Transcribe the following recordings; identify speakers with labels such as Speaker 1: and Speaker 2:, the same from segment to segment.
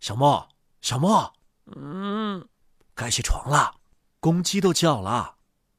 Speaker 1: 小莫，小莫，
Speaker 2: 嗯，
Speaker 1: 该起床了，公鸡都叫了。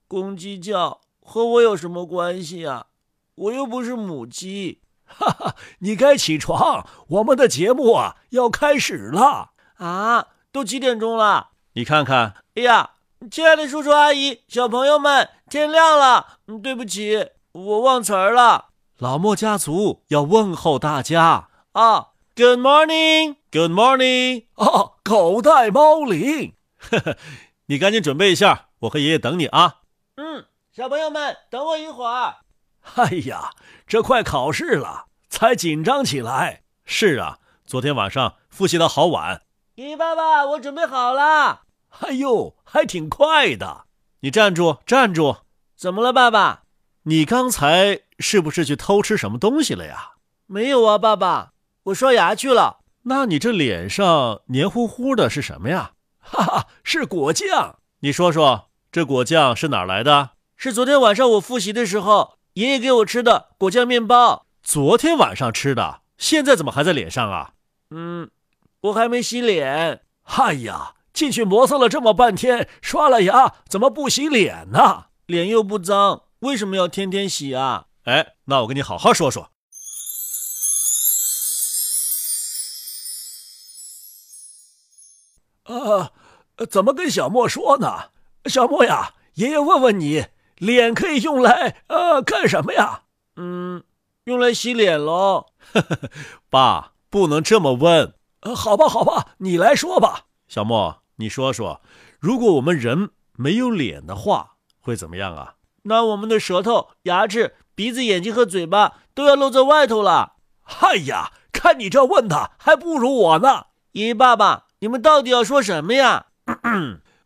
Speaker 2: 公鸡叫和我有什么关系啊？我又不是母鸡。
Speaker 1: 哈哈，你该起床，我们的节目啊要开始了。
Speaker 2: 啊，都几点钟了？
Speaker 1: 你看看，
Speaker 2: 哎呀，亲爱的叔叔阿姨、小朋友们，天亮了。嗯对不起，我忘词儿了
Speaker 1: 老莫家族要问候大家。
Speaker 2: 啊。Good morning，Good morning。
Speaker 1: 哦，狗带猫铃。呵呵， 你赶紧准备一下，我和爷爷等你啊。
Speaker 2: 嗯，小朋友们，等我一会儿。
Speaker 1: 哎呀，这快考试了，才紧张起来。是啊，昨天晚上复习到好晚。
Speaker 2: 爷爷爸爸，我准备好了。
Speaker 1: 哎呦，还挺快的。你站住，站住！
Speaker 2: 怎么了，爸爸？
Speaker 1: 你刚才是不是去偷吃什么东西了呀？
Speaker 2: 没有啊，爸爸，我刷牙去了。
Speaker 1: 那你这脸上黏糊糊的是什么呀？ 哈哈，是果酱。你说说，这果酱是哪儿来的？
Speaker 2: 是昨天晚上我复习的时候，爷爷给我吃的果酱面包。
Speaker 1: 昨天晚上吃的，现在怎么还在脸上啊？
Speaker 2: 嗯，我还没洗脸。
Speaker 1: 哎呀，进去磨蹭了这么半天，刷了牙，怎么不洗脸呢？
Speaker 2: 脸又不脏，为什么要天天洗啊？
Speaker 1: 哎，那我跟你好好说说。啊，怎么跟小莫说呢？小莫呀，爷爷问问你，脸可以用来呃干什么呀？
Speaker 2: 嗯，用来洗脸喽。
Speaker 1: 爸，不能这么问。呃，好吧，好吧，你来说吧。小莫，你说说，如果我们人没有脸的话，会怎么样啊？
Speaker 2: 那我们的舌头、牙齿、鼻子、眼睛和嘴巴都要露在外头了。
Speaker 1: 哎呀，看你这问的，还不如我呢。嗯
Speaker 2: 爷爷、爸爸，你们到底要说什么呀？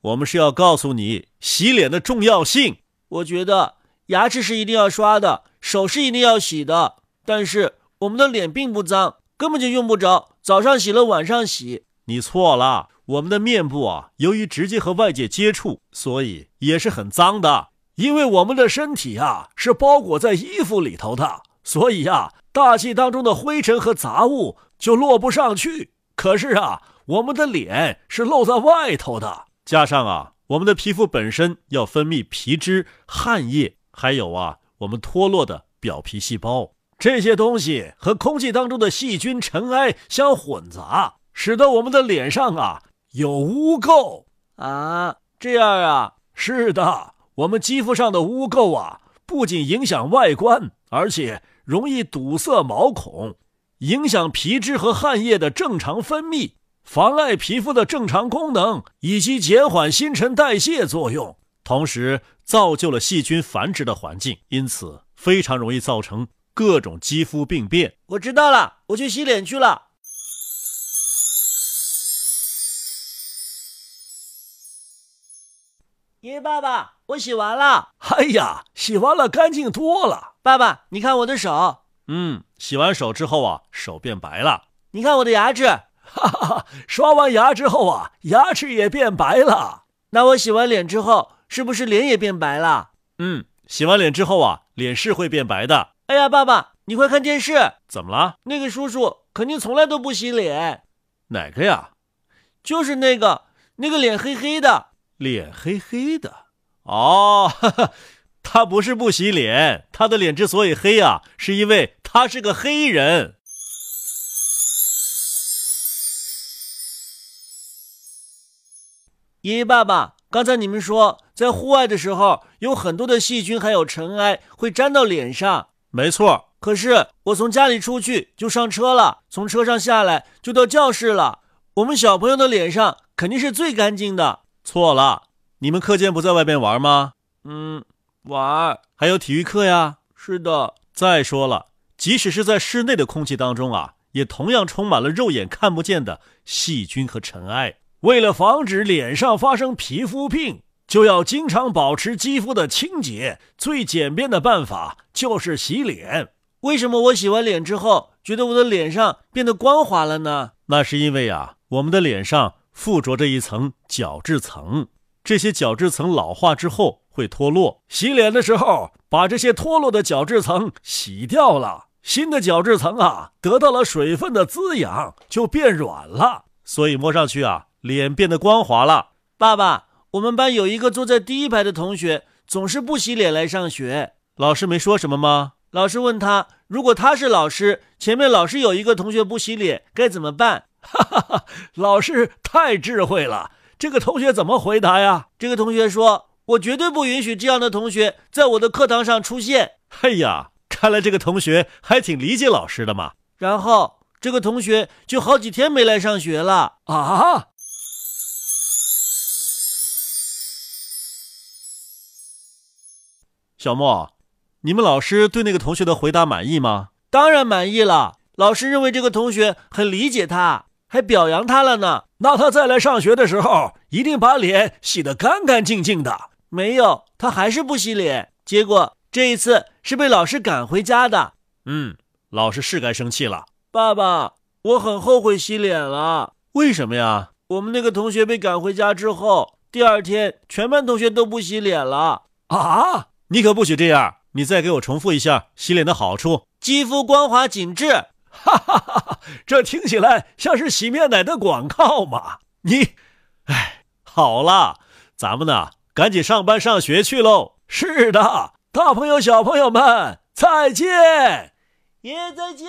Speaker 1: 我们是要告诉你洗脸的重要性。
Speaker 2: 我觉得牙齿是一定要刷的，手是一定要洗的。但是我们的脸并不脏，根本就用不着早上洗了晚上洗。
Speaker 1: 你错了，我们的面部啊，由于直接和外界接触，所以也是很脏的。因为我们的身体啊是包裹在衣服里头的，所以啊，大气当中的灰尘和杂物就落不上去。可是啊，我们的脸是露在外头的，加上啊，我们的皮肤本身要分泌皮脂、汗液，还有啊，我们脱落的表皮细胞。这些东西和空气当中的细菌、尘埃相混杂，使得我们的脸上啊有污垢。
Speaker 2: 啊，这样啊，
Speaker 1: 是的，我们肌肤上的污垢啊，不仅影响外观，而且容易堵塞毛孔，影响皮脂和汗液的正常分泌，妨碍皮肤的正常功能，以及减缓新陈代谢作用，同时造就了细菌繁殖的环境，因此非常容易造成各种肌肤病变。
Speaker 2: 我知道了，我去洗脸去了。爷爷、爸爸，我洗完了。
Speaker 1: 哎呀，洗完了干净多了。
Speaker 2: 爸爸，你看我的手，
Speaker 1: 嗯，洗完手之后啊，手变白了。
Speaker 2: 你看我的牙齿。
Speaker 1: 哈哈哈， 刷完牙之后啊，牙齿也变白了。
Speaker 2: 那我洗完脸之后，是不是脸也变白了？
Speaker 1: 嗯，洗完脸之后啊，脸是会变白的。
Speaker 2: 哎呀，爸爸，你快看电视，
Speaker 1: 怎么了？
Speaker 2: 那个叔叔肯定从来都不洗脸，
Speaker 1: 哪个呀？
Speaker 2: 就是那个那个脸黑黑的。
Speaker 1: 脸黑黑的。哦， 哈哈，他不是不洗脸，他的脸之所以黑啊，是因为他是个黑人。
Speaker 2: 爷爷、爸爸，刚才你们说在户外的时候有很多的细菌还有尘埃会沾到脸上，
Speaker 1: 没错，
Speaker 2: 可是我从家里出去就上车了，从车上下来就到教室了。我们小朋友的脸上肯定是最干净的。
Speaker 1: 错了。你们课间不在外边玩吗？
Speaker 2: 嗯，玩儿
Speaker 1: 还有体育课呀。
Speaker 2: 是的，
Speaker 1: 再说了，即使是在室内的空气当中啊，也同样充满了肉眼看不见的细菌和尘埃。为了防止脸上发生皮肤病，就要经常保持肌肤的清洁。最简便的办法就是洗脸。
Speaker 2: 为什么我洗完脸之后觉得我的脸上变得光滑了呢？
Speaker 1: 那是因为啊，我们的脸上附着着一层角质层，这些角质层老化之后会脱落。洗脸的时候，把这些脱落的角质层洗掉了，新的角质层啊得到了水分的滋养，就变软了。所以摸上去啊，脸变得光滑了。
Speaker 2: 爸爸，我们班有一个坐在第一排的同学总是不洗脸来上学。
Speaker 1: 老师没说什么吗？
Speaker 2: 老师问他，如果他是老师，前面老是有一个同学不洗脸，该怎么办？
Speaker 1: 哈哈哈，老师太智慧了。这个同学怎么回答呀？
Speaker 2: 这个同学说：“我绝对不允许这样的同学在我的课堂上出现。”
Speaker 1: 哎呀，看来这个同学还挺理解老师的嘛。
Speaker 2: 然后这个同学就好几天没来上学了
Speaker 1: 啊。小莫，你们老师对那个同学的回答满意吗？
Speaker 2: 当然满意了，老师认为这个同学很理解他。还表扬他了呢。
Speaker 1: 那他再来上学的时候，一定把脸洗得干干净净的。
Speaker 2: 没有，他还是不洗脸。结果这一次是被老师赶回家的。
Speaker 1: 嗯，老师是该生气了。
Speaker 2: 爸爸，我很后悔洗脸了。
Speaker 1: 为什么呀？
Speaker 2: 我们那个同学被赶回家之后，第二天全班同学都不洗脸了。
Speaker 1: 啊！你可不许这样。你再给我重复一下洗脸的好处：
Speaker 2: 肌肤光滑紧致。
Speaker 1: 哈哈哈哈这听起来像是洗面奶的广告嘛！你，哎，好啦，咱们呢，赶紧上班上学去喽。是的，大朋友小朋友们，再见。
Speaker 2: 爷爷再见。